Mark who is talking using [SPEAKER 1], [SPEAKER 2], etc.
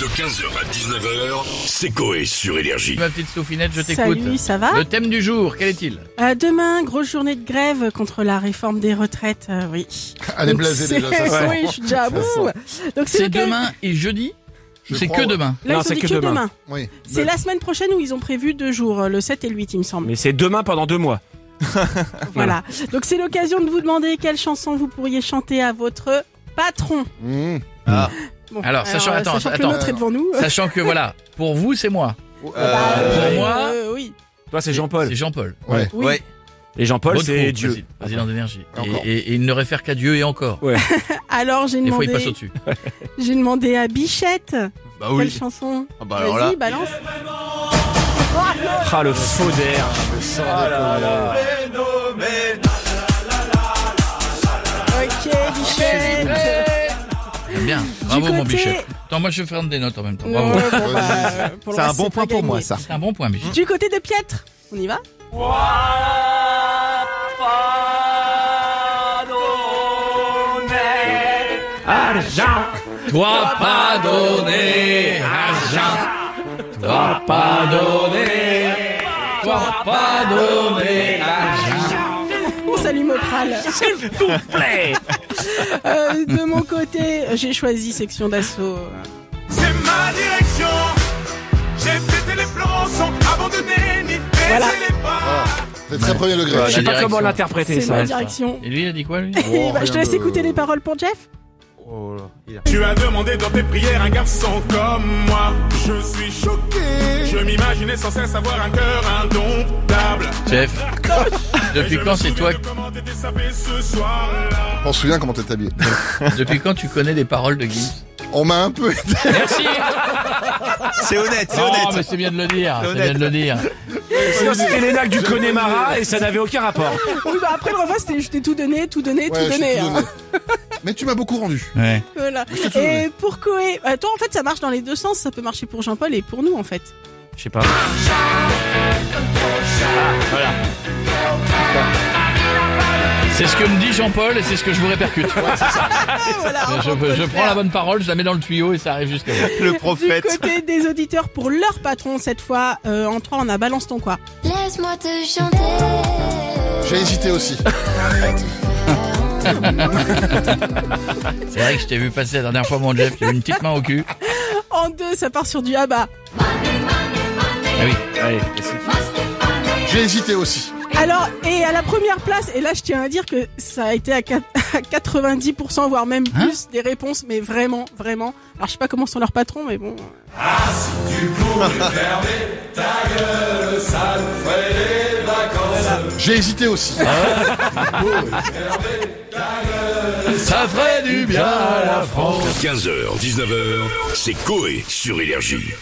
[SPEAKER 1] De 15h à 19h, c'est Coé sur Énergie.
[SPEAKER 2] Ma petite Sofinette, je t'écoute.
[SPEAKER 3] Salut, Ah. ça va
[SPEAKER 2] Le thème du jour, quel est-il
[SPEAKER 3] Euh, Demain, grosse journée de grève contre la réforme des retraites, euh, oui.
[SPEAKER 4] Elle est
[SPEAKER 3] Donc,
[SPEAKER 4] blasée
[SPEAKER 3] c'est-
[SPEAKER 4] déjà, ça sent.
[SPEAKER 3] Oui, je suis déjà à bout. Donc
[SPEAKER 2] C'est
[SPEAKER 3] lequel-
[SPEAKER 2] demain et jeudi
[SPEAKER 4] Je
[SPEAKER 2] C'est
[SPEAKER 4] crois,
[SPEAKER 2] que
[SPEAKER 4] ouais.
[SPEAKER 2] demain.
[SPEAKER 3] Là,
[SPEAKER 5] Non,
[SPEAKER 3] ils ont dit que demain.
[SPEAKER 4] Oui.
[SPEAKER 3] C'est la semaine prochaine où ils ont prévu deux jours, euh, le 7 et le 8, il me semble.
[SPEAKER 5] Mais c'est demain pendant deux mois.
[SPEAKER 3] Voilà. Donc c'est l'occasion de vous demander quelle chanson vous pourriez chanter à votre patron.
[SPEAKER 4] Mmh.
[SPEAKER 3] Bon,
[SPEAKER 2] Alors, sachant-
[SPEAKER 3] euh,
[SPEAKER 2] attends,
[SPEAKER 3] sachant que
[SPEAKER 2] attends.
[SPEAKER 3] le nôtre est devant nous.
[SPEAKER 2] Sachant que voilà, pour vous c'est moi.
[SPEAKER 3] Euh,
[SPEAKER 2] pour moi,
[SPEAKER 3] euh, oui.
[SPEAKER 5] Toi, c'est Jean-Paul.
[SPEAKER 2] C'est Jean-Paul.
[SPEAKER 4] Ouais.
[SPEAKER 3] Oui.
[SPEAKER 5] Et Jean-Paul,
[SPEAKER 2] Votre
[SPEAKER 5] c'est
[SPEAKER 2] groupe,
[SPEAKER 5] Dieu.
[SPEAKER 2] président- Président d'énergie. Et-
[SPEAKER 4] Encore.
[SPEAKER 2] Et, et il ne réfère qu'à Dieu et encore.
[SPEAKER 3] Alors j'ai
[SPEAKER 2] Des fois il passe
[SPEAKER 3] demandé,
[SPEAKER 2] au-dessus.
[SPEAKER 3] j'ai demandé à Bichette
[SPEAKER 1] Bah
[SPEAKER 3] quelle chanson.
[SPEAKER 4] bah
[SPEAKER 3] Vas-y, balance.
[SPEAKER 5] Ah, le faux Oh d'air.
[SPEAKER 3] Ok, Bichette.
[SPEAKER 2] Bien, bravo mon
[SPEAKER 3] côté-
[SPEAKER 2] Bichette. Attends, moi je vais faire des notes en même temps.
[SPEAKER 3] Non,
[SPEAKER 2] Bravo.
[SPEAKER 3] bon, bah, pour le
[SPEAKER 4] C'est un
[SPEAKER 3] reste,
[SPEAKER 4] bon
[SPEAKER 3] pas
[SPEAKER 4] point pour
[SPEAKER 3] gagné.
[SPEAKER 4] moi, ça.
[SPEAKER 2] C'est un bon point Bichette.
[SPEAKER 3] Du côté de Pietre, on y va
[SPEAKER 2] Toi pas donné argent. Toi pas donné. Toi pas donné argent.
[SPEAKER 3] On salue Mopral. S'il vous plaît De mon côté, j'ai choisi section d'assaut.
[SPEAKER 6] C'est ma direction. J'ai pété les plans sans abandonner ni baisser
[SPEAKER 3] Voilà.
[SPEAKER 6] les pas.
[SPEAKER 4] C'est très premier degré.
[SPEAKER 5] Je sais pas comment l'interpréter,
[SPEAKER 3] C'est ma
[SPEAKER 5] ça.
[SPEAKER 3] direction.
[SPEAKER 2] Et lui il a dit quoi lui
[SPEAKER 3] Et bah, je te laisse écouter les paroles pour Jeff
[SPEAKER 6] Tu as demandé dans tes prières un garçon comme moi. Je suis choqué. Je m'imaginais sans cesse avoir un cœur indomptable.
[SPEAKER 2] Jeff,
[SPEAKER 6] Et
[SPEAKER 2] depuis
[SPEAKER 6] je me
[SPEAKER 2] quand c'est toi,
[SPEAKER 6] souviens de comment t'étais sapé ce soir-là.
[SPEAKER 4] Je m'en souviens comment t'es habillé.
[SPEAKER 2] depuis quand tu connais les paroles de Gims
[SPEAKER 4] On m'a un peu aidé.
[SPEAKER 2] Merci
[SPEAKER 7] C'est honnête, c'est
[SPEAKER 2] Non,
[SPEAKER 7] honnête.
[SPEAKER 2] mais c'est bien de le dire, c'est bien de le dire.
[SPEAKER 5] Sinon, c'était les lacs du Connemara et ça n'avait aucun rapport.
[SPEAKER 3] Oui, bah après le refrain, c'était je t'ai tout donné, tout donné,
[SPEAKER 4] Ouais,
[SPEAKER 3] tout
[SPEAKER 4] je suis
[SPEAKER 3] donné.
[SPEAKER 4] tout
[SPEAKER 3] hein.
[SPEAKER 4] donné. Mais tu m'as beaucoup rendu.
[SPEAKER 2] Ouais.
[SPEAKER 3] Voilà.
[SPEAKER 4] tout donné.
[SPEAKER 3] Et pour Koé, euh, toi en fait ça marche dans les deux sens, ça peut marcher pour Jean-Paul et pour nous en fait.
[SPEAKER 5] Je sais pas.
[SPEAKER 2] C'est ce que me dit Jean-Paul et c'est ce que je vous répercute.
[SPEAKER 4] Ah,
[SPEAKER 3] Ah, Voilà, on peut
[SPEAKER 2] Je, je
[SPEAKER 3] le
[SPEAKER 2] prends la
[SPEAKER 3] faire.
[SPEAKER 2] bonne parole, je la mets dans le tuyau et ça arrive jusqu'à vous.
[SPEAKER 7] Le
[SPEAKER 3] Du
[SPEAKER 7] prophète.
[SPEAKER 3] côté des auditeurs pour leur patron cette fois, euh, en trois on a balance ton quoi.
[SPEAKER 8] Laisse-moi te chanter.
[SPEAKER 4] J'ai hésité aussi.
[SPEAKER 2] C'est vrai que je t'ai vu passer la dernière fois mon Jeff, qui avait une petite main au cul.
[SPEAKER 3] En deux ça part sur du ah bah.
[SPEAKER 2] Ah oui.
[SPEAKER 5] Allez,
[SPEAKER 4] J'ai hésité aussi.
[SPEAKER 3] Alors, et à la première place, et là je tiens à dire que ça a été à quat- à 90%, voire même
[SPEAKER 2] Hein
[SPEAKER 3] plus des réponses, mais vraiment, vraiment. Alors je sais pas comment sont leurs patrons, mais bon.
[SPEAKER 4] J'ai hésité aussi.
[SPEAKER 2] Ça ferait du bien à la France.
[SPEAKER 1] 15h, 19h, c'est Coé sur Énergie.